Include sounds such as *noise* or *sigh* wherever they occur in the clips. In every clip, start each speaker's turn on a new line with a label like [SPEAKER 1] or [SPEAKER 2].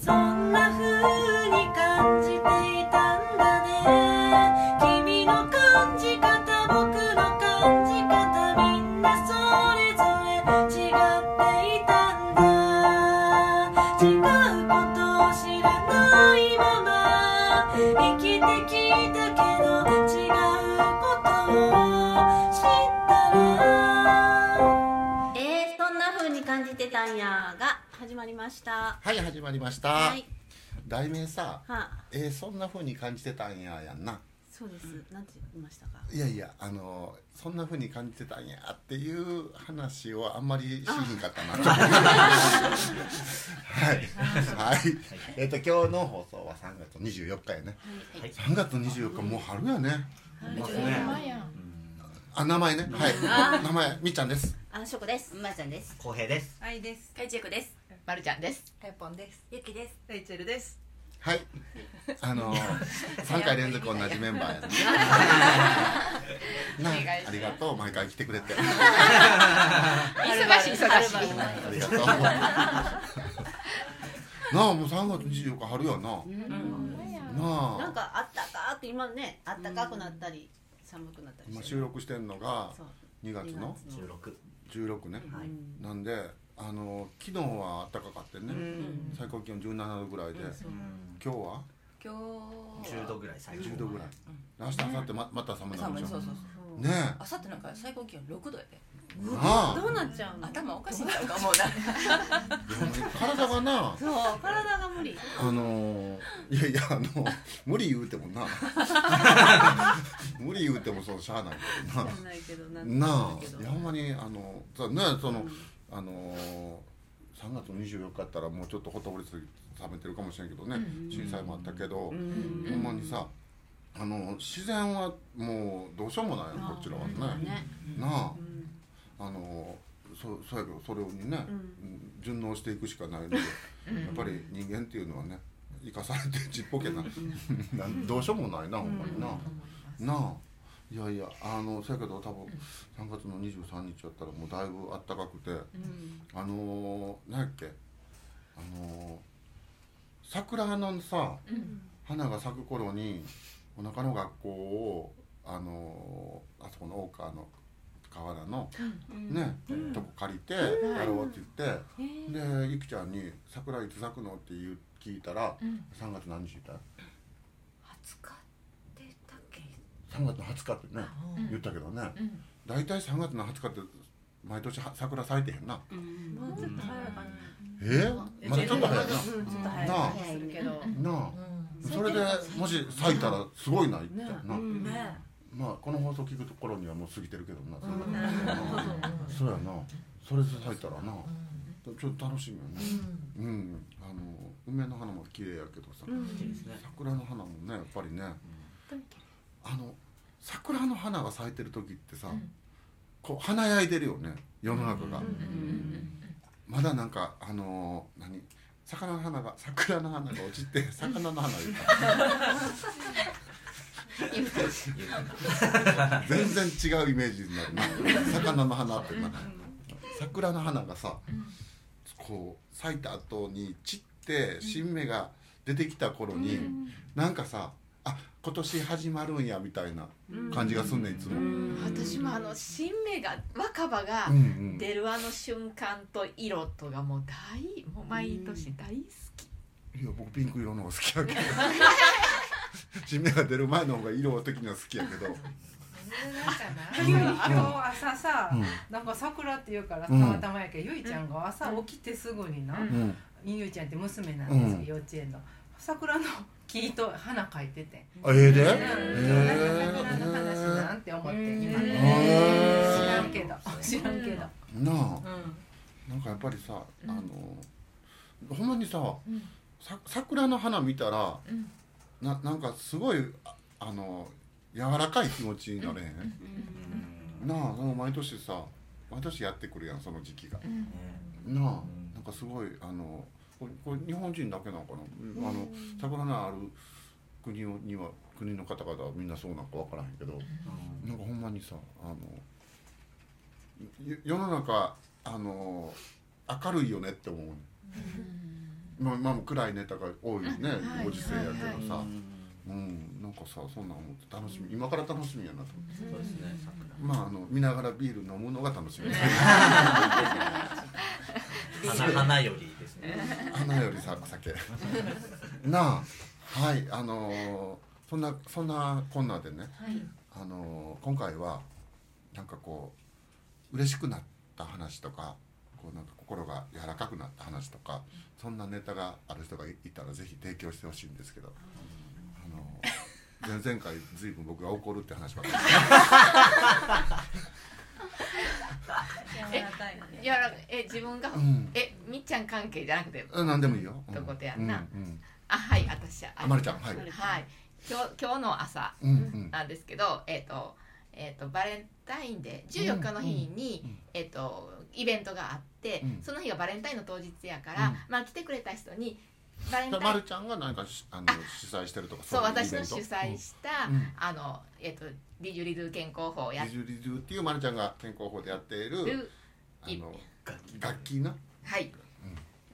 [SPEAKER 1] そんな風に感じていたんだね君の感じ方僕の感じ方みんなそれぞれ違っていたんだ違うことを知らないまま生きてきたけど違うことを知ったらえー、そんな風に感じてたんやが始まりました
[SPEAKER 2] はい始まりました、
[SPEAKER 1] はい
[SPEAKER 2] 題名さ
[SPEAKER 1] はあ、
[SPEAKER 2] えーそんな風に感じてたんややんな
[SPEAKER 1] そうです。なんて言いましたか。
[SPEAKER 2] いやいやあのそんな風に感じてたんやっていう話をあんまりしひんかったなはいはい、えっ、と今日の放送は3月24日やね
[SPEAKER 1] はい。
[SPEAKER 2] 3月24日もう春やね
[SPEAKER 3] めっちゃ
[SPEAKER 4] ね
[SPEAKER 3] うまいやん
[SPEAKER 2] あ名前ねはい名前みっちゃんです
[SPEAKER 1] あのしょこです。
[SPEAKER 4] まーちゃんです。
[SPEAKER 5] 公平です。
[SPEAKER 6] 愛です。
[SPEAKER 4] かいちえこです。
[SPEAKER 3] まるちゃんです
[SPEAKER 6] かよぽんです。
[SPEAKER 4] ゆきです。
[SPEAKER 6] レイチェルです。
[SPEAKER 2] はいあの3
[SPEAKER 1] *laughs*
[SPEAKER 2] 回連続同じメンバーやねな
[SPEAKER 3] お願いします
[SPEAKER 2] ありがとう毎回来てくれて
[SPEAKER 3] 忙しい忙し
[SPEAKER 2] *laughs*
[SPEAKER 3] い
[SPEAKER 2] ありがとう。なあ、もう3月24日春やな。
[SPEAKER 3] うまいやん
[SPEAKER 2] な
[SPEAKER 1] なん
[SPEAKER 2] あ。
[SPEAKER 1] かあったかーって今ね、あったかくなったり、寒くなったり
[SPEAKER 2] 今
[SPEAKER 1] して
[SPEAKER 2] 収
[SPEAKER 1] る。
[SPEAKER 2] 録してんのが
[SPEAKER 1] そう。
[SPEAKER 2] 2月の
[SPEAKER 1] 二
[SPEAKER 5] 十六。
[SPEAKER 2] 16ね。
[SPEAKER 1] う
[SPEAKER 5] はい
[SPEAKER 1] ん
[SPEAKER 2] なんで、あの昨日は暖かかった
[SPEAKER 5] う
[SPEAKER 2] ね。
[SPEAKER 5] ん。
[SPEAKER 2] 最高気温17度ぐらいで、
[SPEAKER 1] そう
[SPEAKER 5] うん
[SPEAKER 2] 今日は
[SPEAKER 6] 今日
[SPEAKER 5] 十度ぐらい最高。
[SPEAKER 2] 10度ぐらい。明日明後日ままた寒くなる
[SPEAKER 4] 寒い
[SPEAKER 2] でし
[SPEAKER 4] そ
[SPEAKER 2] ょ
[SPEAKER 4] う。そ
[SPEAKER 1] そう
[SPEAKER 4] う
[SPEAKER 2] ねえ。
[SPEAKER 4] あさってなんか最高気温六度やで。
[SPEAKER 2] なあ。
[SPEAKER 1] どうなっちゃうの。
[SPEAKER 4] 頭おかしいんちゃうかもうな。
[SPEAKER 2] でもね体がな、
[SPEAKER 1] そう、体が無理。
[SPEAKER 2] あのいやいやあの無理言うても
[SPEAKER 1] *laughs*
[SPEAKER 2] な。無理言うてもそうしゃあないけどな。
[SPEAKER 1] じゃないけど、なんと
[SPEAKER 2] な
[SPEAKER 1] かだけど
[SPEAKER 2] あ、いやほんまにあのさねその、あの3月24日やったらもうちょっとほとぼりつ冷めてるかもしれんけどね、震災もあったけど、
[SPEAKER 1] うん
[SPEAKER 2] ほんまにさあの自然はもうどうしようもない
[SPEAKER 1] あー
[SPEAKER 2] こちらは
[SPEAKER 1] ほんま
[SPEAKER 2] ね。
[SPEAKER 1] ね。
[SPEAKER 2] なあ
[SPEAKER 1] うん
[SPEAKER 2] あのそそうやけどそれにね、
[SPEAKER 1] うん
[SPEAKER 2] 順応していくしかないの
[SPEAKER 1] *laughs*
[SPEAKER 2] でやっぱり人間っていうのはね生かされてちっぽけな *laughs* なんどうしようもないなほんまにな。なあいやいやあのそやけど多分3月の23日やったらもうだいぶあったかくて、あのー、何やっけあのー、桜のさ、花が咲く頃にお腹の学校をあのー、あそこの大川の河原の、ね、とこ借りてやろうって言って、でゆきちゃんに「桜いつ咲くの?」って言う聞いたら、3月何日だよ
[SPEAKER 4] 二十日ってたっけ。
[SPEAKER 2] 3月の20日ってね言ったけどね、大体3月の20日って毎年は桜咲いてへんな
[SPEAKER 4] うん。
[SPEAKER 1] もうちょっと早いかな。
[SPEAKER 2] えー、まだちょっと早いな
[SPEAKER 1] うんちょっと早い
[SPEAKER 2] なあ
[SPEAKER 1] 気がするけど。
[SPEAKER 2] なあ、それでもし咲いたらすごいなってな、
[SPEAKER 1] うん
[SPEAKER 6] ね
[SPEAKER 2] まあこの放送聞くところにはもう過ぎてるけどな、
[SPEAKER 1] ん
[SPEAKER 2] なあそうやなそれで咲いたらな、ちょっと楽しみよねうん、あの梅の花も綺麗やけどさ、
[SPEAKER 5] いいですね。
[SPEAKER 2] 桜の花もねやっぱりね、あの桜の花が咲いてる時ってさ、こう華やいでるよね世の中が、まだなんかあのー何魚の花が桜の花が落 *laughs* ちて魚の花言 *laughs* った全然違うイメージになるな魚の花ってな桜の花がさこう咲いた後に散って新芽が出てきた頃に、なんかさあ今年始まるんやみたいな感じがすんねんいつも。
[SPEAKER 3] 私もあの新芽が若葉が
[SPEAKER 2] うんうん
[SPEAKER 3] 出るあの瞬間と色とがもう大もう毎年大好き
[SPEAKER 2] いや僕ピンク色の方が好きや *laughs* けど新芽が出る前の方が色的には好きやけど、
[SPEAKER 6] あの朝さ、なんか桜って言うからたまたまやけど、ゆいちゃんが朝起きてすぐにな、
[SPEAKER 2] うん、
[SPEAKER 6] ゆいちゃんって娘なんですけど、幼稚園の桜の木と花描いてて、
[SPEAKER 2] あええで
[SPEAKER 6] うん、桜の話なんて思って今、知らんけど知らんけど、
[SPEAKER 2] なあ
[SPEAKER 6] うん
[SPEAKER 2] なんかやっぱりさ、あのほんまにさ、さ桜の花見たら、ななんかすごいああの柔らかい気持ちになれへん、なあその毎年さ毎年やってくるやんその時期が、なあなんかすごいあのこれこれ日本人だけなのかな、あの桜のある国をには国の方々はみんなそうなんかわからへんけど、なんかほんまにさあのよ世の中あの明るいよねって思うまあまあ暗いネタが多いね
[SPEAKER 3] はい
[SPEAKER 2] ご時世やけど
[SPEAKER 5] う
[SPEAKER 2] さ
[SPEAKER 5] ん
[SPEAKER 2] うんなんかさそんなん思って楽しみ今から楽しみやなと思って
[SPEAKER 5] そうですね
[SPEAKER 2] まああの見ながらビール飲むのが楽しみ
[SPEAKER 5] 花花よりですね
[SPEAKER 2] 花よりさ酒
[SPEAKER 3] *laughs*
[SPEAKER 2] なあはいあのーそんなそんなこんなでね
[SPEAKER 3] はい
[SPEAKER 2] あのー今回はなんかこう嬉しくなった話とかこうなんか心が柔らかくなった話とかそんなネタがある人がいいたらぜひ提供してほしいんですけど、あ
[SPEAKER 3] *laughs*
[SPEAKER 2] のー前々回ずいぶん僕が怒るって話ばっかりして
[SPEAKER 3] いやえ自分が、
[SPEAKER 2] うん
[SPEAKER 3] えみっちゃん関係じゃなくて
[SPEAKER 2] うん何でもいいよ。うん
[SPEAKER 3] どこでやんな
[SPEAKER 2] うんうん
[SPEAKER 3] あはい私は
[SPEAKER 2] あまりちゃんはい
[SPEAKER 3] はい今日今日の朝
[SPEAKER 2] うんうん
[SPEAKER 3] なんですけどえっ、とえっ、とバレンタインデー14日の日に、
[SPEAKER 2] うんうん
[SPEAKER 3] えっ、とイベントがあって、
[SPEAKER 2] うん
[SPEAKER 3] その日がバレンタインの当日やから、
[SPEAKER 2] うん
[SPEAKER 3] まあ来てくれた人にバレンタイン
[SPEAKER 2] まるちゃんが何かしあの主催してるとか
[SPEAKER 3] そう
[SPEAKER 2] いイ
[SPEAKER 3] 私
[SPEAKER 2] ベン
[SPEAKER 3] の
[SPEAKER 2] ト
[SPEAKER 3] 主催した、
[SPEAKER 2] うん
[SPEAKER 3] あのえっ、とリジュリドゥ健康法をや
[SPEAKER 2] リ
[SPEAKER 3] っ
[SPEAKER 2] ジュリジュっていうまるちゃんが健康法でやっている
[SPEAKER 3] る
[SPEAKER 2] あの楽器な
[SPEAKER 3] はい、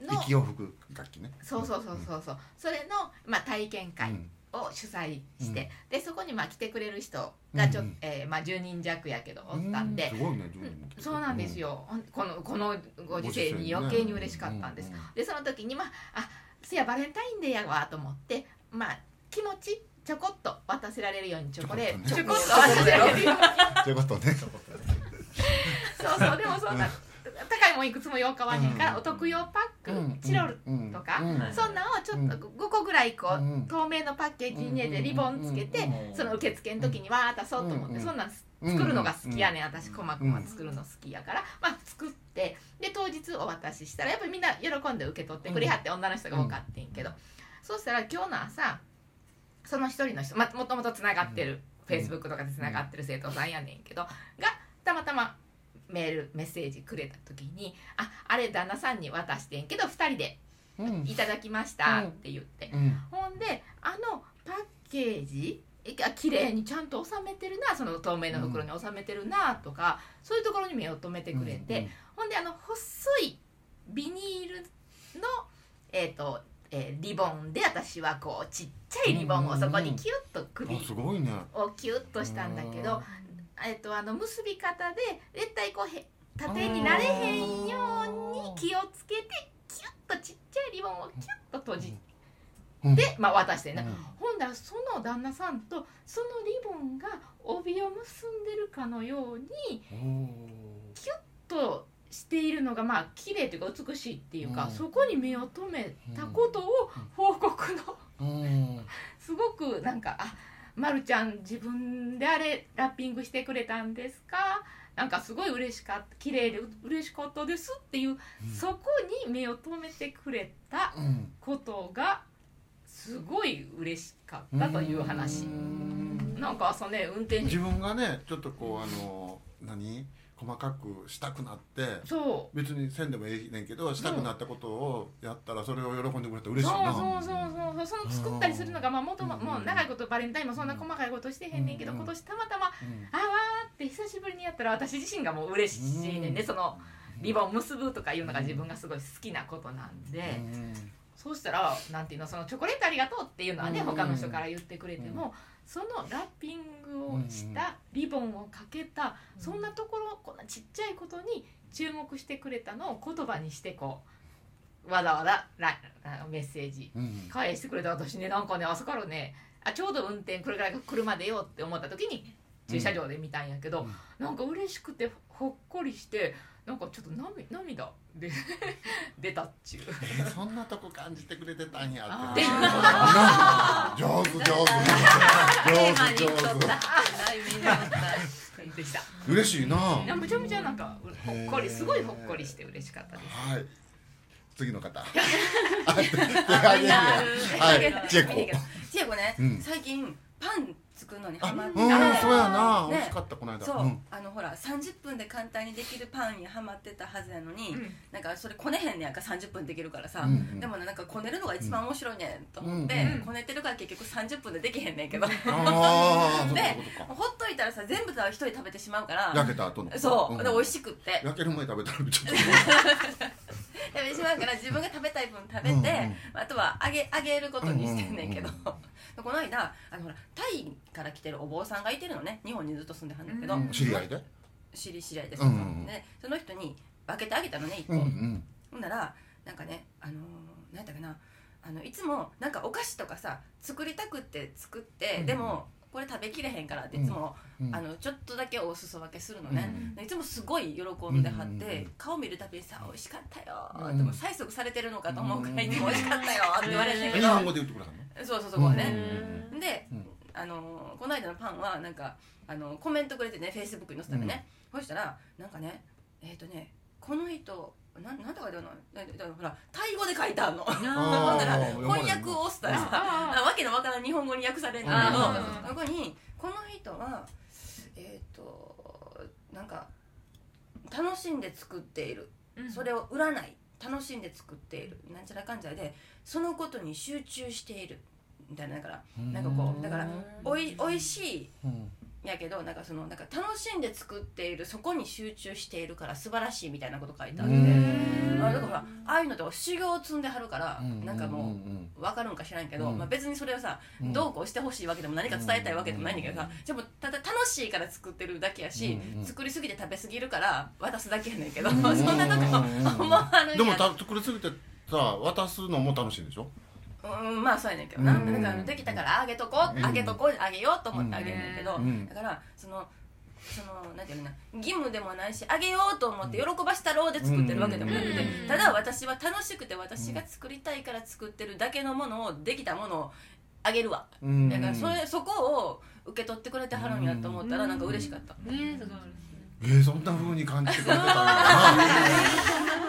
[SPEAKER 3] の
[SPEAKER 2] 息を吹く楽器ね
[SPEAKER 3] そうそうそうそうそうそれの、まあ、体験会
[SPEAKER 2] うん
[SPEAKER 3] を主催して、でそこにまあ来てくれる人
[SPEAKER 2] う
[SPEAKER 3] が
[SPEAKER 2] ん
[SPEAKER 3] ちょ、えーまあ、10人弱やけどおったんで、
[SPEAKER 2] うすごいねジョニーも来てくれて
[SPEAKER 3] そうなんですよ、ほんこのこの
[SPEAKER 2] うん
[SPEAKER 3] ご時世に余計に嬉しかったんです、
[SPEAKER 2] う
[SPEAKER 3] でその時にまああそやバレンタインデーやわと思ってまあ気持ちちょこっと渡せられるようにチョコレート
[SPEAKER 2] ち
[SPEAKER 3] ち
[SPEAKER 2] ょ
[SPEAKER 3] ょ
[SPEAKER 2] こ
[SPEAKER 3] こ
[SPEAKER 2] っ
[SPEAKER 3] っ
[SPEAKER 2] と
[SPEAKER 3] と渡せられるように
[SPEAKER 2] ということね
[SPEAKER 5] ちょこっとね
[SPEAKER 3] そうそうでもそんな高いもんいくつもよう買わへんから、
[SPEAKER 2] うん
[SPEAKER 3] お得用パックチロルとか、
[SPEAKER 2] うんうん
[SPEAKER 3] そんなんをちょっと5個ぐらいこう、
[SPEAKER 2] うん
[SPEAKER 3] 透明のパッケージに入れてリボンつけて、
[SPEAKER 5] うん
[SPEAKER 3] その受付の時にわー出そうと思って、
[SPEAKER 2] うん
[SPEAKER 3] そんなん作るのが好きやねん、私こまこま
[SPEAKER 2] うん
[SPEAKER 3] 作るの好きやから、まあ作ってで当日お渡ししたらやっぱりみんな喜んで受け取ってくれはって女の人が多かってんけど、そうしたら今日の朝その一人の人、まあ、もともとつながってる、
[SPEAKER 2] うん
[SPEAKER 3] Facebook とかでつながってる生徒さんやねんけどがたまたまメールメッセージくれた時に「ああれ旦那さんに渡してんけど2人で
[SPEAKER 2] うん
[SPEAKER 3] いただきました」って言って、
[SPEAKER 2] うん
[SPEAKER 3] ほんであのパッケージが綺麗にちゃんと収めてるなその透明の袋に収めてるなとか、そういうところに目を留めてくれて、ほんであの細いビニールの、えーとえーリボンで私はこうちっちゃいリボンをそこにキュッと
[SPEAKER 2] う
[SPEAKER 3] 首
[SPEAKER 2] んあすごいね
[SPEAKER 3] をキュッとしたんだけど、えー、とあの結び方で絶対こうへ縦になれへんように気をつけてキュッとちっちゃいリボンをキュッと閉じて、まあ、渡してね、ほんだらその旦那さんとそのリボンが帯を結んでるかのように
[SPEAKER 2] うん
[SPEAKER 3] としているのがまあ綺麗というか美しいっていうか、
[SPEAKER 2] うん
[SPEAKER 3] そこに目を留めたことを報告の
[SPEAKER 2] おーうん
[SPEAKER 3] すごくなんか「あまるちゃん自分であれラッピングしてくれたんですか?」なんかすごい嬉しかった綺麗でう嬉しかったですっていう、そこに目を留めてくれた
[SPEAKER 2] うん
[SPEAKER 3] ことがすごい嬉しかったという話。
[SPEAKER 2] うん
[SPEAKER 3] なんか朝ね運転
[SPEAKER 2] 自
[SPEAKER 3] 手
[SPEAKER 2] 分がねちょっとこうあの何細かくしたくなって
[SPEAKER 3] そう
[SPEAKER 2] 別にせんでもええねんけどしたくなったことをやったらそれを喜んでくれたら
[SPEAKER 3] そう
[SPEAKER 2] 嬉しいな
[SPEAKER 3] そうそうそうそうその作ったりするのがまあ元も
[SPEAKER 2] うん
[SPEAKER 3] もう長いことバレンタインもそんな細かいことしてへんねんけど
[SPEAKER 2] うん
[SPEAKER 3] 今年たまたまあ
[SPEAKER 2] うん
[SPEAKER 3] わーって久しぶりにやったら私自身がもう嬉しいねん
[SPEAKER 2] う
[SPEAKER 3] で
[SPEAKER 2] ん
[SPEAKER 3] そのリボン結ぶとかいうのが自分がすごい好きなことなんで
[SPEAKER 2] うん
[SPEAKER 3] そうしたらなんていうのそのチョコレートありがとうっていうのはね
[SPEAKER 2] うん
[SPEAKER 3] 他の人から言ってくれてもそのラッピングをしたリボンをかけたそんなところこんなちっちゃいことに注目してくれたのを言葉にしてこうわざわざラあメッセージ
[SPEAKER 2] うん
[SPEAKER 3] 返してくれた私ねなんかね朝からねあちょうど運転これからい車でよって思った時に駐車場で見たんやけど、
[SPEAKER 2] うん
[SPEAKER 3] なんか嬉しくてほっこりしてなんかちょっと涙涙で *laughs* 出たっちゅう *laughs*
[SPEAKER 2] えそんなとこ感じてくれてたんやっ
[SPEAKER 5] *laughs*
[SPEAKER 3] あ
[SPEAKER 2] て
[SPEAKER 3] ー
[SPEAKER 2] な上手上手上手上手
[SPEAKER 3] でした
[SPEAKER 2] 嬉しいなは
[SPEAKER 3] なむちゃむちゃなんかうほっこ
[SPEAKER 2] へー
[SPEAKER 3] りすごいほっこりして嬉しかったです
[SPEAKER 2] い次の方あ手が出るやんはいチェコ
[SPEAKER 4] チェコね
[SPEAKER 2] うん
[SPEAKER 4] 最近パン作るのにハマって
[SPEAKER 2] うんそうやな
[SPEAKER 4] ね
[SPEAKER 2] 美味しかったこの間
[SPEAKER 4] そう、
[SPEAKER 2] ん
[SPEAKER 4] あのほら30分で簡単にできるパンにはまってたはずやのに、
[SPEAKER 3] うん
[SPEAKER 4] なんかそれこねへんねやんか30分できるからさ、
[SPEAKER 2] うんうん
[SPEAKER 4] でもねなんかこねるのが一番面白いねんと思って、
[SPEAKER 2] うん
[SPEAKER 3] うん
[SPEAKER 4] こねてるから結局30分でできへんねんけど、
[SPEAKER 2] ああそう
[SPEAKER 4] で
[SPEAKER 2] いうことか
[SPEAKER 4] ほっといたらさ全部さ一人食べてしまうから
[SPEAKER 2] 焼けた後の
[SPEAKER 4] そう、で美味
[SPEAKER 2] い
[SPEAKER 4] しくって
[SPEAKER 2] 焼ける前に食べたらちょっと
[SPEAKER 4] 食べてしまうから自分が食べたい分食べて、
[SPEAKER 2] うんうん
[SPEAKER 4] あとは揚げ揚げることにしてんねんけど、
[SPEAKER 2] うんうんうん
[SPEAKER 4] この間あのほらタイから来てるお坊さんがいてるのね日本にずっと住んではんだけど、
[SPEAKER 3] うん
[SPEAKER 2] 知り合いで
[SPEAKER 4] 知り知り合いです、
[SPEAKER 2] うんうん
[SPEAKER 4] でその人に分けてあげたのね1個、
[SPEAKER 2] うんうん
[SPEAKER 4] ほんならなんかねあのー何やったかなあのいつもなんかお菓子とかさ作りたくって作って、
[SPEAKER 2] うん
[SPEAKER 4] でもこれ食べきれへんからっていつも、
[SPEAKER 2] うん
[SPEAKER 4] あのちょっとだけお裾分けするの
[SPEAKER 2] うん
[SPEAKER 4] ね、いつもすごい喜んではっ
[SPEAKER 2] うんうんう
[SPEAKER 4] て
[SPEAKER 2] ん
[SPEAKER 4] 顔見るたびにさ「美味しかったよ」
[SPEAKER 2] うん
[SPEAKER 4] ってもう催促されてるのかと思うくらい
[SPEAKER 2] うん
[SPEAKER 4] いつも「美味しかったよ」って言われるんだけ
[SPEAKER 2] 日
[SPEAKER 4] ど
[SPEAKER 2] 本語で言ってくれたの
[SPEAKER 4] そうそうそうこうね
[SPEAKER 2] う
[SPEAKER 4] で
[SPEAKER 2] うん
[SPEAKER 4] あのこの間のパンはなんかあのコメントくれてねフェイスブックに載せたのねそしたらなんかねえっとねこの人なんなんとかではないだだからほらタイ語で書いてあるの *laughs* ほん
[SPEAKER 2] あ
[SPEAKER 4] なら
[SPEAKER 2] ー
[SPEAKER 4] 翻訳をしたらさあわけのわからん日本語に訳されるんだけど
[SPEAKER 3] あ
[SPEAKER 4] そこにこの人はえっ、となんか楽しんで作っているそれを売らない楽しんで作っているなんちゃらかんちゃらでそのことに集中しているみたいなだからなんかこうだからおいおいし
[SPEAKER 2] うん
[SPEAKER 4] いやけどなんかそのなんか楽しんで作っているそこに集中しているから素晴らしいみたいなこと書いてあって
[SPEAKER 2] うん
[SPEAKER 4] あだからああいうのと修行を積んではるから
[SPEAKER 2] うん
[SPEAKER 4] なんかもう。
[SPEAKER 2] ん
[SPEAKER 4] わかるんか知らんけど、
[SPEAKER 2] うん
[SPEAKER 4] まあ、別にそれをさ、
[SPEAKER 2] うん
[SPEAKER 4] どうこうしてほしいわけでも何か伝えたいわけでもないんだけどさ、でもただ楽しいから作ってるだけやし、
[SPEAKER 2] うんうん
[SPEAKER 4] 作りすぎて食べすぎるから渡すだけやねんけど、
[SPEAKER 2] ん
[SPEAKER 4] そんなとこ思わ
[SPEAKER 2] う
[SPEAKER 4] ぬ
[SPEAKER 2] ん
[SPEAKER 4] ん
[SPEAKER 2] でも
[SPEAKER 4] や
[SPEAKER 2] た作りすぎてさ渡すのも楽しいんでしょ
[SPEAKER 4] うんまあそうやねんけどな,、
[SPEAKER 2] うん
[SPEAKER 4] なんかできたからあげとこう、
[SPEAKER 2] うん
[SPEAKER 4] あげとこうあげようと思ってあげるんだけど、
[SPEAKER 2] うん
[SPEAKER 4] だからその。そのなんていうのかな義務でもないしあげようと思って喜ばしたろうで作ってるわけでもなくて、
[SPEAKER 3] うん
[SPEAKER 4] ただ私は楽しくて私が作りたいから作ってるだけのものをできたものをあげるわ
[SPEAKER 2] うん
[SPEAKER 4] だからそれそこを受け取ってくれてはるんやと思ったらなんか嬉しかった、
[SPEAKER 1] *laughs* ねすごい
[SPEAKER 2] えーそんな風に感じてくれてたんや
[SPEAKER 4] *laughs*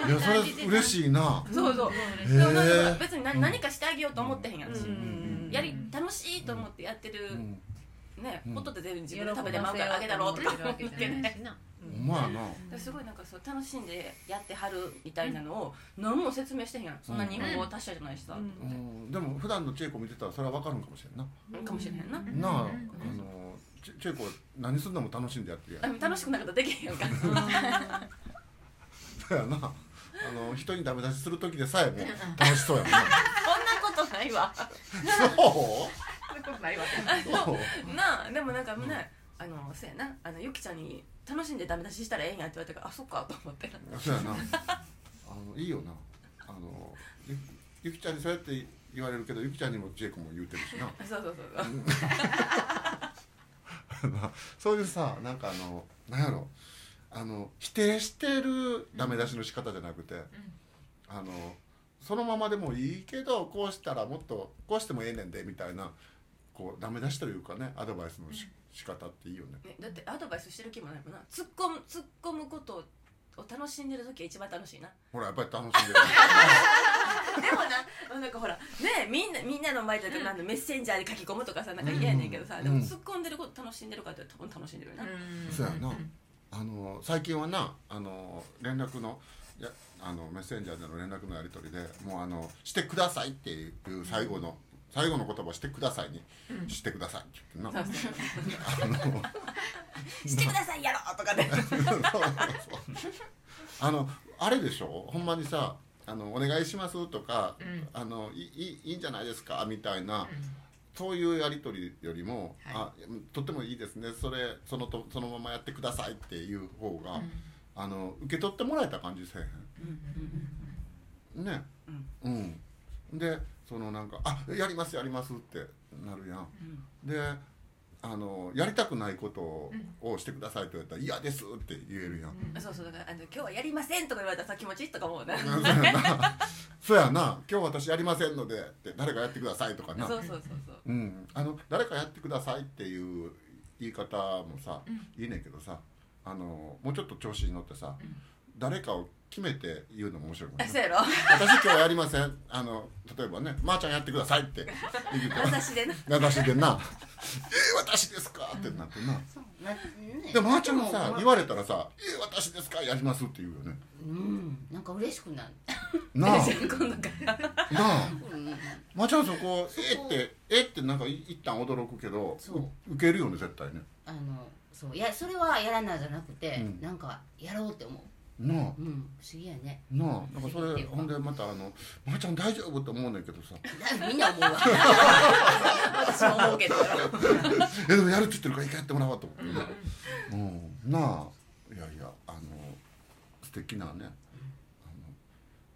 [SPEAKER 2] ないやそれ嬉しいな
[SPEAKER 4] そうそう
[SPEAKER 2] へ
[SPEAKER 4] でもなんかほら
[SPEAKER 2] え
[SPEAKER 4] 別に何何かしてあげようと思ってへんやんし、
[SPEAKER 2] うん
[SPEAKER 4] やり楽しいと思ってやってる、ね
[SPEAKER 2] うん
[SPEAKER 4] ことって全部自分で食べてまうからあげだろうとか思うけどね
[SPEAKER 2] お前やな
[SPEAKER 4] すごいなんかそう楽しんでやってはるみたいなのを何も説明してへんやんそんな日本語達者じゃないしさ、
[SPEAKER 2] うんでも普段のチェイコ見てたらそれはわかるんかもしれんな
[SPEAKER 4] かもしれへんな、
[SPEAKER 2] なああのチェチェイコ何すんのも楽しんでやってるや
[SPEAKER 4] あ
[SPEAKER 2] ん
[SPEAKER 4] でも楽しくなかったらできへんやんか
[SPEAKER 2] そうやなあの人にダメ出しする時でさえも楽しそう *laughs* やもんな
[SPEAKER 4] そんなことないわ
[SPEAKER 2] そうそう
[SPEAKER 4] なあでもなんかね、あのそうやなあのゆきちゃんに楽しんでダメ出ししたらええんやって言われたからあそっかと思って
[SPEAKER 2] そうやなあのいいよなあのゆゆきちゃんにそうやって言われるけどゆきちゃんにもジェイコも言うてるしな
[SPEAKER 4] あそうそうそうそう
[SPEAKER 2] そういうさなんかあのなんやろあの否定してるダメ出しの仕方じゃなくて、あのそのままでもいいけどこうしたらもっとこうしてもええねんでみたいなこうダメ出しというかねアドバイスのし、仕方っていいよね。
[SPEAKER 4] ね、だってアドバイスしてる気もないもんな突っ込む突っ込むことを楽しんでる時が一番楽しいな
[SPEAKER 2] ほらやっぱり楽しんでる。
[SPEAKER 4] でもななんかほらねえみんなみんなの前でなんかメッセンジャーで書き込むとかさなんか嫌やねんけどさ、
[SPEAKER 2] うん
[SPEAKER 4] でも突っ込んでること楽しんでるかって言ったら多分楽しんでるよな、
[SPEAKER 2] そうやな、あの最近はなあの連絡のやあのメッセンジャーでの連絡のやり取りでもうあの「してください」っていう最後の、最後の言葉をしてください」に「してください」って言ってんな、
[SPEAKER 4] そうそう
[SPEAKER 2] あの
[SPEAKER 4] してくださいやろうとかね
[SPEAKER 2] あのあれでしょほんまにさあの「お願いします」とか、
[SPEAKER 6] ん
[SPEAKER 2] あのいい「いいんじゃないですか」みたいな、そういうやり取りよりも「あとてもいいですねそれそのとそのままやってください」っていう方が、あの受け取ってもらえた感じせえへん。ねうん、でそのなんか「あやりますやります」ってなるやん。であのやりたくないことをしてくださいと言われたら「嫌です」って言えるやん。
[SPEAKER 4] そうそうだからあの今日はやりませんとか言われたらさ気持ちいいとか思うな
[SPEAKER 2] そうやなそうやな今日私やりませんのでって誰かやってくださいとかな
[SPEAKER 4] そうそうそうそう
[SPEAKER 2] うん、あの誰かやってくださいっていう言い方もさ、いいねんけどさあのもうちょっと調子に乗ってさ、誰かを決めて言うのも面白いもん
[SPEAKER 4] あ
[SPEAKER 2] ね
[SPEAKER 4] そうやろ
[SPEAKER 2] 私今日やりませんあの例えばね「まー、ちゃんやってください」って言うて
[SPEAKER 4] 私でな
[SPEAKER 2] 「私でな *laughs* 「えー、私ですか?」ってなってな、でもまー、ちゃんもさ言われたらさ「えー、私ですかやります」って言うよね
[SPEAKER 7] うん、なんか嬉しくなる。
[SPEAKER 2] なあ
[SPEAKER 4] 今度から
[SPEAKER 2] なあ
[SPEAKER 7] うん、
[SPEAKER 2] まあ、ちゃんそこ
[SPEAKER 7] そこ
[SPEAKER 2] えってえってなんかい一旦驚くけど
[SPEAKER 7] そう
[SPEAKER 2] う受けるよね絶対ね
[SPEAKER 7] あの、そう、いや、それはやらないじゃなくて、
[SPEAKER 2] うん
[SPEAKER 7] なんかやろうって思う。
[SPEAKER 2] なあ
[SPEAKER 7] うん、不思議やね。 *laughs*
[SPEAKER 2] なあなんかそれほんでまたあの「まーちゃん大丈夫?」って思うねんけどさ「
[SPEAKER 7] みんな思うわ。
[SPEAKER 4] 私も思うけど
[SPEAKER 2] えでもやるって言ってるから一回やってもらおう」と思ってね、うん、なあいやいやあの素敵なねあの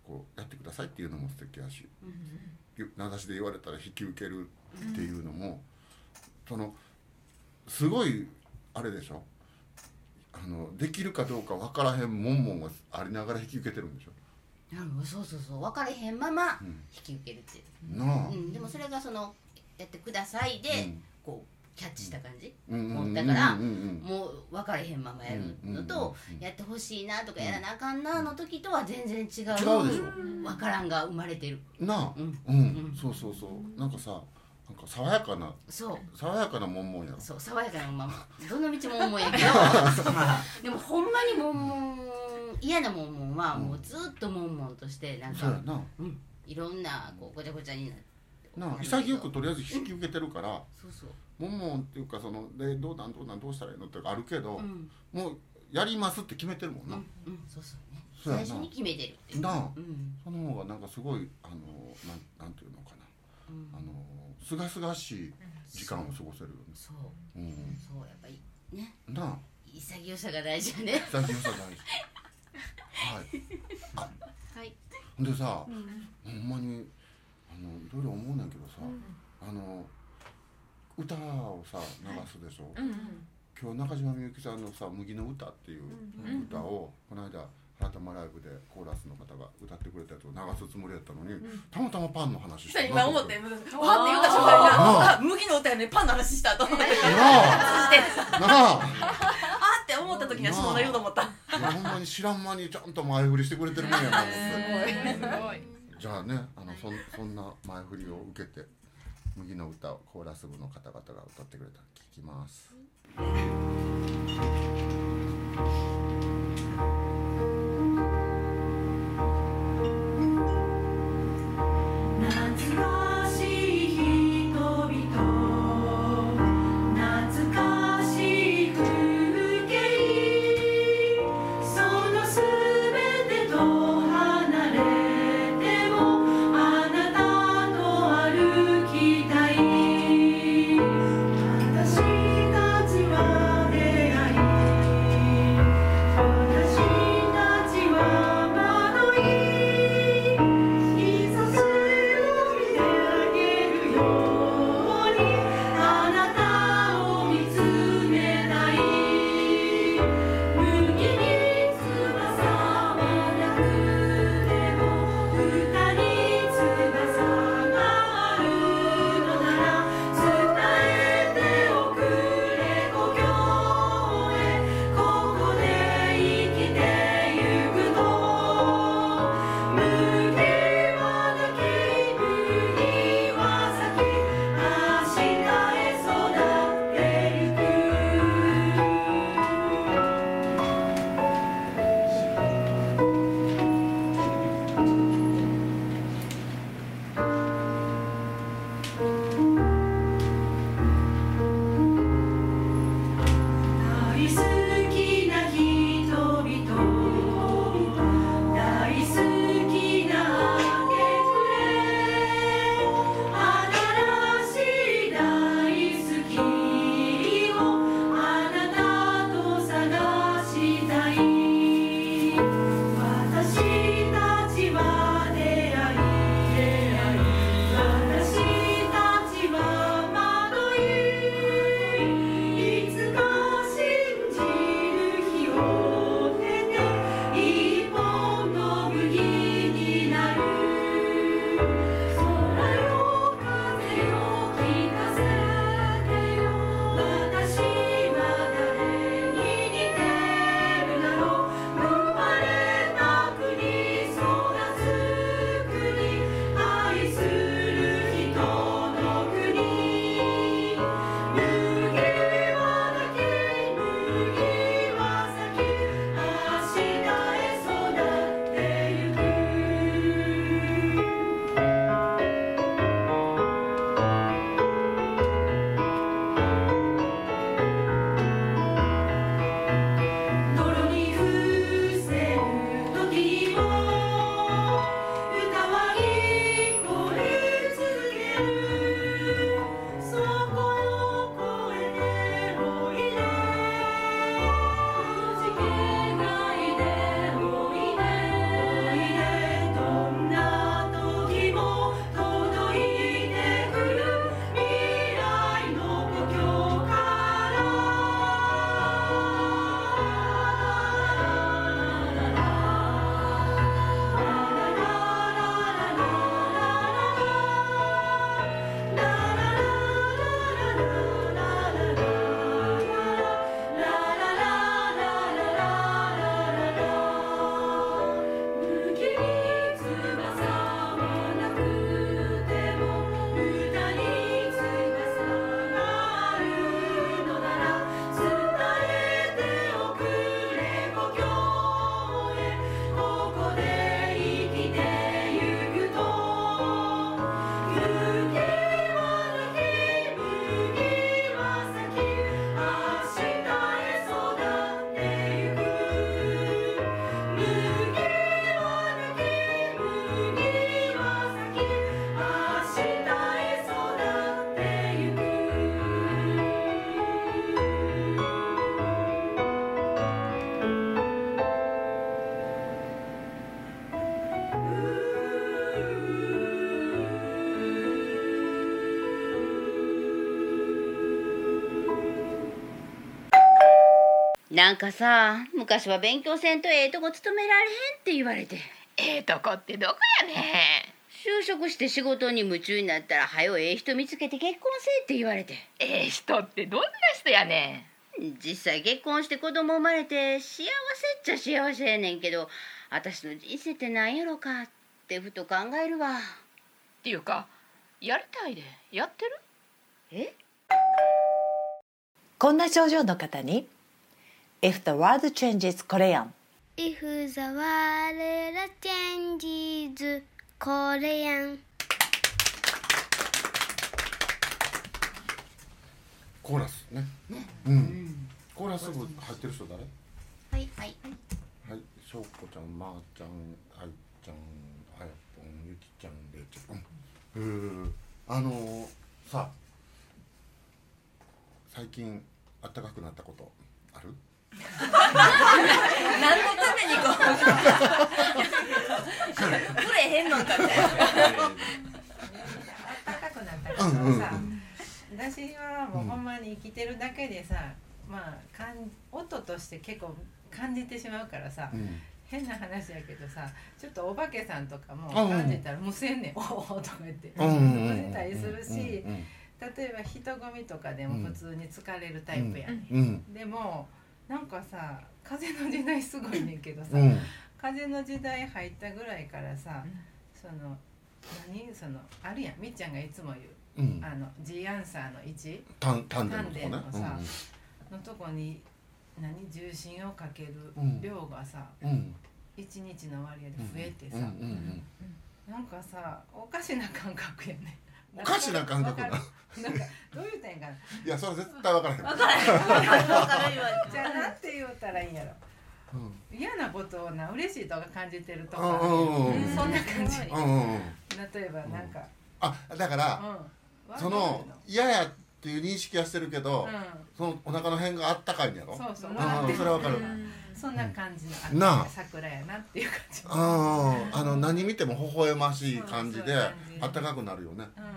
[SPEAKER 2] こうやってくださいっていうのも素敵やし名指しで言われたら引き受けるっていうのも、そのすごいあれでしょあのできるかどうか分からへんもんもんがありながら引き受けてるんでしょ、
[SPEAKER 7] なるほど、そうそうそう、分かれへんまま
[SPEAKER 2] うん
[SPEAKER 7] 引き受けるっていう。
[SPEAKER 2] なあ、
[SPEAKER 7] うん、でもそれがそのやってくださいで、
[SPEAKER 2] うん
[SPEAKER 7] こうキャッチした感じ。
[SPEAKER 2] うんうんうんうんうん
[SPEAKER 7] だから
[SPEAKER 2] うん
[SPEAKER 7] もう分かれへんままやるのと、
[SPEAKER 2] うんうんうん
[SPEAKER 7] やってほしいなとかやらなあかんなの時とは全然違う違う
[SPEAKER 2] でしょ
[SPEAKER 7] 分からんが生まれてる
[SPEAKER 2] なあ
[SPEAKER 7] うん
[SPEAKER 2] うん、
[SPEAKER 7] うん
[SPEAKER 2] そうそうそうなんかさなんか爽やかな
[SPEAKER 7] そう
[SPEAKER 2] 爽やかなもんもんやろ
[SPEAKER 7] そう爽やかなま
[SPEAKER 2] *laughs*
[SPEAKER 7] まどの道も思んやけどでもほんまにもんもん嫌なもんもんはもうずっともんもんとしてなん
[SPEAKER 2] そうや
[SPEAKER 7] か、
[SPEAKER 2] な
[SPEAKER 7] うん、いろんなこうごちゃごちゃになる
[SPEAKER 2] な
[SPEAKER 7] な
[SPEAKER 2] あ
[SPEAKER 7] るけど
[SPEAKER 2] 潔くとりあえず引き受けてるから、
[SPEAKER 7] そうそう、
[SPEAKER 2] もんもんっていうかそのでどうなんどうなんどうしたらいいのってあるけど、
[SPEAKER 7] うん
[SPEAKER 2] もうやりますって決めてるもん
[SPEAKER 7] う
[SPEAKER 2] な、
[SPEAKER 7] んうん、そうそうね
[SPEAKER 2] そうや
[SPEAKER 7] 最
[SPEAKER 2] な
[SPEAKER 7] 初に決めてるっていう
[SPEAKER 2] なあ
[SPEAKER 7] うん
[SPEAKER 2] その方がなんかすごいあのなんなんていうのか
[SPEAKER 7] う
[SPEAKER 2] なあ
[SPEAKER 7] ん
[SPEAKER 2] のすがすがしい時間を過ごせるよね、
[SPEAKER 7] そう
[SPEAKER 2] うん、
[SPEAKER 7] そうやっぱりね
[SPEAKER 2] なあ
[SPEAKER 7] 潔さが大事よね
[SPEAKER 2] 大事さ大事はい
[SPEAKER 7] はい
[SPEAKER 2] ほんでさ、ほんまにあのいろいろ思うねんけどさ、あの歌をさ流すでしょ、今日中島みゆきさんのさ「麦の歌」っていう歌を、この間原玉ライブでコーラスの方が歌ってくれたやつを流すつもりやったのに、たまたまパンの話して
[SPEAKER 4] 今思って
[SPEAKER 2] な
[SPEAKER 4] パンって言った瞬間になあ麦の歌やのにパンの話したと思って
[SPEAKER 2] あなあ
[SPEAKER 4] あって思った時には下の言うと思った
[SPEAKER 2] いやほんまに知らん間にちゃんと前振りしてくれてるもんやなと思ってじゃあねあのそんそんな前振りを受けて麦の歌をコーラス部の方々が歌ってくれたの聞きます
[SPEAKER 1] 懐かしい人々懐かしい風景そのすべてと離れてもあなたと歩きたい私たちは出会い「出会い
[SPEAKER 7] なんかさ昔は勉強せんとええとこ勤められへんって言われて
[SPEAKER 8] ええとこってどこやね
[SPEAKER 7] 就職して仕事に夢中になったら早うええ人見つけて結婚せえって言われて
[SPEAKER 8] ええ人ってどんな人やね
[SPEAKER 7] 実際結婚して子供生まれて幸せっちゃ幸せやねんけど私の人生ってなんやろかってふと考える
[SPEAKER 8] っ
[SPEAKER 7] わ
[SPEAKER 8] ていうかやりたいでやってる
[SPEAKER 7] え
[SPEAKER 9] こんな症状の方に If the world changes これやん
[SPEAKER 10] If the world changes これやん
[SPEAKER 2] コーラスねうんコーラス部入ってる人誰
[SPEAKER 10] はいはい
[SPEAKER 2] はい、しょうこちゃん、まー、ちゃん、あいちゃん、あやぽん、ゆきちゃん、れいちゃん。うん、あのー、さあ。最近、暖かくなったこと、ある。
[SPEAKER 4] 何のため
[SPEAKER 2] *laughs*
[SPEAKER 4] にこう触れへんのかみたいな
[SPEAKER 6] 高くなったからさ、私はもうほんまに生きてるだけでさ、まあかん音として結構感じてしまうからさ、
[SPEAKER 2] うん、
[SPEAKER 6] 変な話やけどさちょっとお化けさんとかも
[SPEAKER 2] うん
[SPEAKER 6] 感じたら無線ねん「お *laughs* お」とか言って
[SPEAKER 2] うんうんうん
[SPEAKER 6] 感じたりするし
[SPEAKER 2] うん
[SPEAKER 6] 例えば人混みとかでも普通に疲れるタイプやねん
[SPEAKER 2] うん、うん、
[SPEAKER 6] でもなんかさ風の時代すごいねんけどさ
[SPEAKER 2] うん、うん、
[SPEAKER 6] 風の時代入ったぐらいからさその何そのあるやんみっちゃんがいつも言う
[SPEAKER 2] うん、
[SPEAKER 6] あの G アンサーの1
[SPEAKER 2] たん、たんでのとこね。
[SPEAKER 6] 丹田ののとこに何重心をかける
[SPEAKER 2] うん
[SPEAKER 6] 量がさ
[SPEAKER 2] うん、うん、
[SPEAKER 6] 一日の割合で増えてさ、
[SPEAKER 2] うん、うん、うん。
[SPEAKER 6] なんかさおかしな感覚やね
[SPEAKER 2] おかしな感覚
[SPEAKER 6] わ
[SPEAKER 2] な
[SPEAKER 6] か。るなんかどういう点かない
[SPEAKER 2] や、それは絶対わからへん。
[SPEAKER 6] じゃあなんて言うたらいいんやろ
[SPEAKER 2] うん、
[SPEAKER 6] 嫌なことをな嬉しいとか感じてると
[SPEAKER 2] うん
[SPEAKER 6] か
[SPEAKER 2] うん、うん、
[SPEAKER 6] そんな感じ
[SPEAKER 2] うん、うん。
[SPEAKER 6] 例えばなんか、
[SPEAKER 2] あ、だから、
[SPEAKER 6] うん
[SPEAKER 2] その、嫌やっていう認識はしてるけど。
[SPEAKER 6] う
[SPEAKER 2] そのお腹の辺があったかいんやろ
[SPEAKER 6] ん、そうそう
[SPEAKER 2] ああそれはわかる
[SPEAKER 6] そんな感じの
[SPEAKER 2] うんなあ
[SPEAKER 6] 桜やなっていう感じ
[SPEAKER 2] あああの何見ても微笑ましい感じで
[SPEAKER 6] そうそう
[SPEAKER 2] 暖かくなるよね
[SPEAKER 6] うん、うん、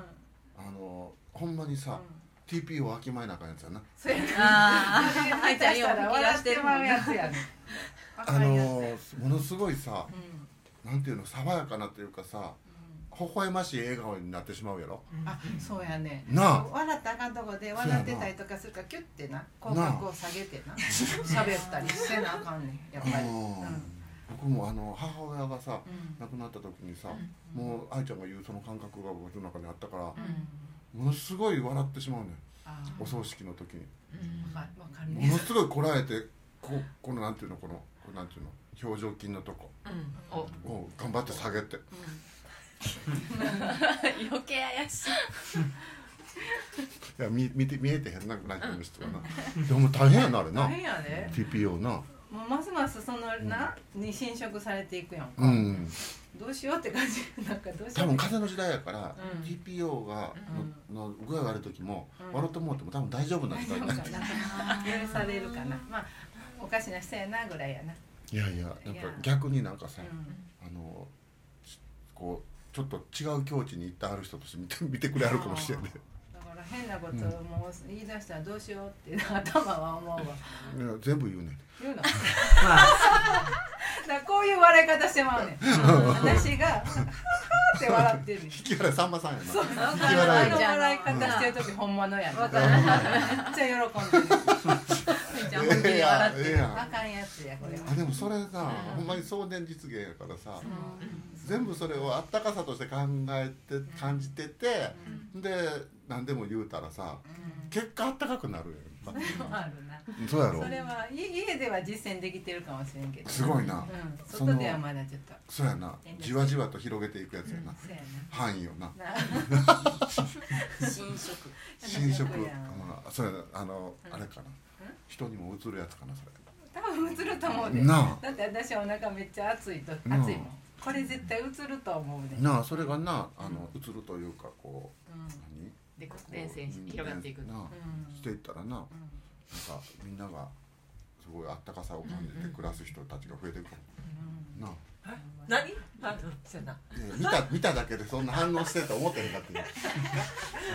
[SPEAKER 2] あのほんまにさ、TP をわきまえなあかんやつやな
[SPEAKER 6] そうやな
[SPEAKER 4] あ
[SPEAKER 6] 入ったら笑ってまうやつやね
[SPEAKER 2] あのものすごいさ
[SPEAKER 6] う、ん
[SPEAKER 2] なんていうの爽やかなというかさ微笑ましい笑顔になってしまうやろ
[SPEAKER 6] あそうやね
[SPEAKER 2] な
[SPEAKER 6] 笑ったらあかんとこで笑ってたりとかするからキュッてな口角を下げてな喋ったりしてなあかんねんやっ
[SPEAKER 2] あ、
[SPEAKER 6] ぱり、
[SPEAKER 2] う
[SPEAKER 6] うん
[SPEAKER 2] ん僕もあの母親がさ亡くなった時にさ、もう愛ちゃんが言うその感覚が僕の中にあったから
[SPEAKER 6] うん
[SPEAKER 2] ものすごい笑ってしまうねん
[SPEAKER 6] あ
[SPEAKER 2] お葬式の時に。
[SPEAKER 6] ーわかわかる
[SPEAKER 2] もの
[SPEAKER 6] ね
[SPEAKER 2] すごいこらえてここのなんていうのこのこのなんていうの表情筋のとこ
[SPEAKER 8] お
[SPEAKER 2] を頑張って下げて
[SPEAKER 4] ー余計怪しい
[SPEAKER 2] いや見見て見えてへんなくないこの人はなでも大変やなあれ
[SPEAKER 6] 大
[SPEAKER 2] な
[SPEAKER 6] 変やで
[SPEAKER 2] TPO な
[SPEAKER 6] もうますますそのなに侵食されていくやんか、
[SPEAKER 2] うん
[SPEAKER 6] どうしようって感じなんかどうしよ
[SPEAKER 2] 多
[SPEAKER 6] うっ
[SPEAKER 2] 分
[SPEAKER 6] て
[SPEAKER 2] 風の時代やから
[SPEAKER 6] うん
[SPEAKER 2] TPO がのの具合悪い時も
[SPEAKER 6] うん
[SPEAKER 2] 笑ってもうても多分大丈夫な時代
[SPEAKER 6] 大
[SPEAKER 2] や
[SPEAKER 6] 丈夫
[SPEAKER 2] な
[SPEAKER 6] かな許されるかなまあおかしな人やなぐらいやない
[SPEAKER 2] やいややっぱ逆になんかさ
[SPEAKER 6] う
[SPEAKER 2] あのちこうちょっと違う境地に行ってある人として見 *laughs* て見てくれあるかもしれない
[SPEAKER 6] んだから変なことをもう言い出したらどうしようって頭は思うわ
[SPEAKER 2] いや全部言うね
[SPEAKER 6] 言うのだからこういう笑い方してまうねん私が「はははって笑ってるねん
[SPEAKER 2] 引き笑いさんまさんやな引き
[SPEAKER 6] あ
[SPEAKER 2] 笑い
[SPEAKER 6] の笑い方してる時本物やねんめっちゃ喜んでる
[SPEAKER 2] ええやんええやん
[SPEAKER 6] あかんやつやこれは
[SPEAKER 2] あでもそれさ、ほんまに送電実現やからさ、全部それをあったかさとして考えて、感じてて、で何でも言うたらさ、結果あったかくなるやんやっ
[SPEAKER 6] あるな
[SPEAKER 2] ぱ *laughs* そうやろ
[SPEAKER 6] それはい家では実践できてるかもしれんけど
[SPEAKER 2] すごいな、
[SPEAKER 6] うん
[SPEAKER 2] その
[SPEAKER 6] 外ではまだちょっと
[SPEAKER 2] そうやなじわじわと広げていくやつやな、
[SPEAKER 6] そうや
[SPEAKER 2] 範囲をな
[SPEAKER 6] なな
[SPEAKER 4] 新色
[SPEAKER 2] 侵食、
[SPEAKER 6] や
[SPEAKER 2] うんそうやなあの、あれかな、人にも映るやつかなそ
[SPEAKER 6] 多分映ると思う
[SPEAKER 2] れ
[SPEAKER 6] で
[SPEAKER 2] な
[SPEAKER 6] だって私お腹めっちゃ熱いと熱い
[SPEAKER 2] なあ
[SPEAKER 6] もんこれ絶対映ると思う
[SPEAKER 2] あ
[SPEAKER 6] で
[SPEAKER 2] なあそれがなあの映るというかこう
[SPEAKER 6] うん
[SPEAKER 2] 何
[SPEAKER 8] で
[SPEAKER 2] こう
[SPEAKER 8] 伝染し広がっていく
[SPEAKER 2] なあ
[SPEAKER 6] うん
[SPEAKER 2] していったらな、なんかみんながすごいあったかさを感じて暮らす人たちが増えてくる、なあ
[SPEAKER 11] 何あそうやない
[SPEAKER 2] や見た見ただけでそんな反応してると思ってるんだっていう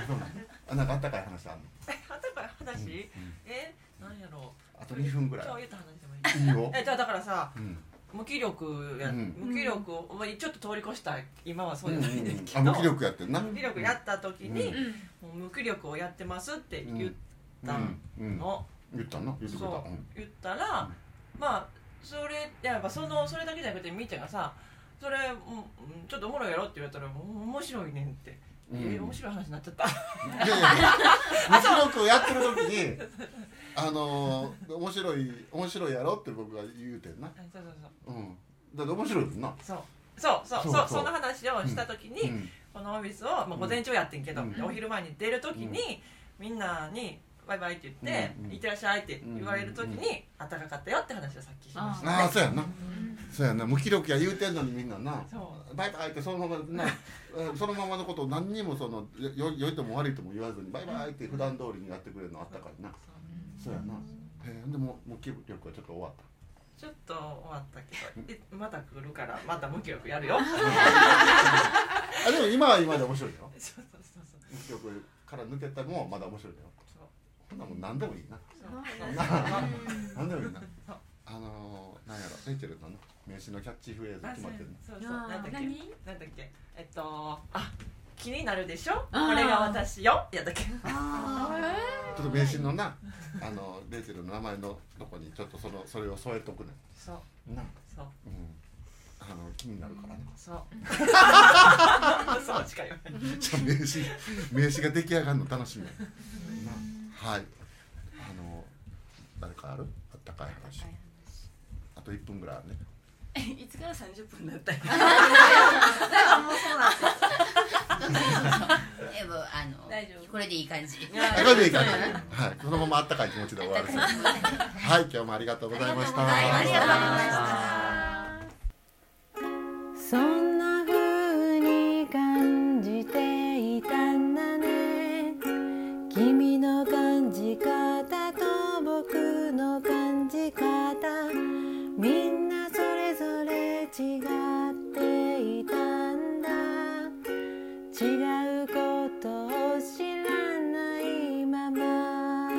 [SPEAKER 2] そうなんあなんかあったかい話あんの
[SPEAKER 11] えあったかい話、えなんやろう
[SPEAKER 2] あと2分ぐらい
[SPEAKER 11] 今日言った話でも
[SPEAKER 2] いいよ
[SPEAKER 11] えじゃあだからさ、
[SPEAKER 2] うん
[SPEAKER 11] 無気力や、
[SPEAKER 2] うん
[SPEAKER 11] 無気力を、まあ、ちょっと通り越した今はそううんじ
[SPEAKER 2] う
[SPEAKER 11] ゃ
[SPEAKER 2] ん
[SPEAKER 11] ないですけど、
[SPEAKER 2] あ無気力やってんな
[SPEAKER 11] 無気力やった時に、
[SPEAKER 2] うん
[SPEAKER 11] もう無気力をやってますって言ったの、
[SPEAKER 2] うんうん言ったな言ってくれた
[SPEAKER 11] そう言ったら、まあそれやっぱそのそれだけじゃなくてみーちゃんがさ「それうんうんちょっとおもろいやろ?」って言われたら「うん面白いねん」って「
[SPEAKER 2] うん
[SPEAKER 11] え面白い話になっちゃった」
[SPEAKER 2] いやいや無気力をやってる時にあのー面白い面白いやろって僕が言うてんな
[SPEAKER 11] そうそうそう
[SPEAKER 2] うんだって面白いもんな
[SPEAKER 11] そう *laughs* そうそうそう
[SPEAKER 2] そう
[SPEAKER 11] そ
[SPEAKER 2] そうん
[SPEAKER 11] な話をした時に、
[SPEAKER 2] うん
[SPEAKER 11] このオフィスを、まあ、午前中やってんけど、
[SPEAKER 2] うん
[SPEAKER 11] でお昼前に出る時に、みんなに「バイバイ」って言って「
[SPEAKER 2] うんうん
[SPEAKER 11] いってらっしゃい」って言われる時に、
[SPEAKER 2] うん
[SPEAKER 11] あったかかったよって話をさっきしました、
[SPEAKER 2] ああそうやんなそうやな無気力や言うてんのにみんななバイバイってそのままな *laughs* うんそのままのことを何にもそのよよ良いとも悪いとも言わずにバイバイって普段通りにやってくれるのあったからなそうやなへえでも無気力はちょっと終わった
[SPEAKER 11] ちょっと終わったけどでまた来るからまた無気力やるよ *laughs*
[SPEAKER 2] あでも今は今で面白いよ
[SPEAKER 11] そうそうそうそう
[SPEAKER 2] 無気力から抜けてもまだ面白いよこんなもん何でもいいな
[SPEAKER 11] *laughs* そう
[SPEAKER 2] な
[SPEAKER 11] そう
[SPEAKER 2] 何でもいいな
[SPEAKER 11] そう
[SPEAKER 2] あのー、なんやろレイチェルのね名刺のキャッチフレーズ
[SPEAKER 11] あ
[SPEAKER 2] 決まってるの
[SPEAKER 11] そうそうそう
[SPEAKER 8] あー
[SPEAKER 11] なんだっけ
[SPEAKER 8] 何
[SPEAKER 11] なんだっけえっとあ気になるでしょこ
[SPEAKER 8] あー
[SPEAKER 11] れが私よやったっけ
[SPEAKER 2] ちょっと名刺のなあのレイチェルの名前のとこにちょっとそのそれを添えとくね
[SPEAKER 11] そう
[SPEAKER 2] な
[SPEAKER 11] そう
[SPEAKER 2] うんあの気になるからね
[SPEAKER 11] そうそうしか言わない
[SPEAKER 2] じゃあ名刺名刺が出来上がるの楽しみやなはいあの誰かあるあったかい話あと1分ぐらいあるね
[SPEAKER 4] えいつから30分だったよ
[SPEAKER 7] でもあのこれでいい感じ
[SPEAKER 2] あこれでいい感じはいこのままあったかい気持ちで終わるはい今日もありがとうございました
[SPEAKER 1] ありがとうございましたそんな風に感じていたんだね君の感じ方と僕の感じ方みんなそれぞれ違っていたんだ違うことを知らないまま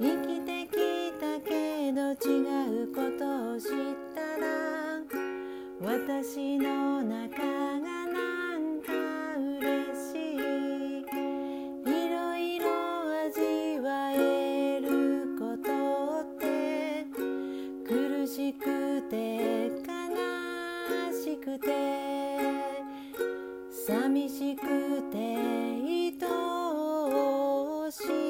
[SPEAKER 1] 生きてきたけど違うことを知ったら私の中がなんか嬉しいいろいろ味わえることって苦しくて悲しくて寂しくて愛おしい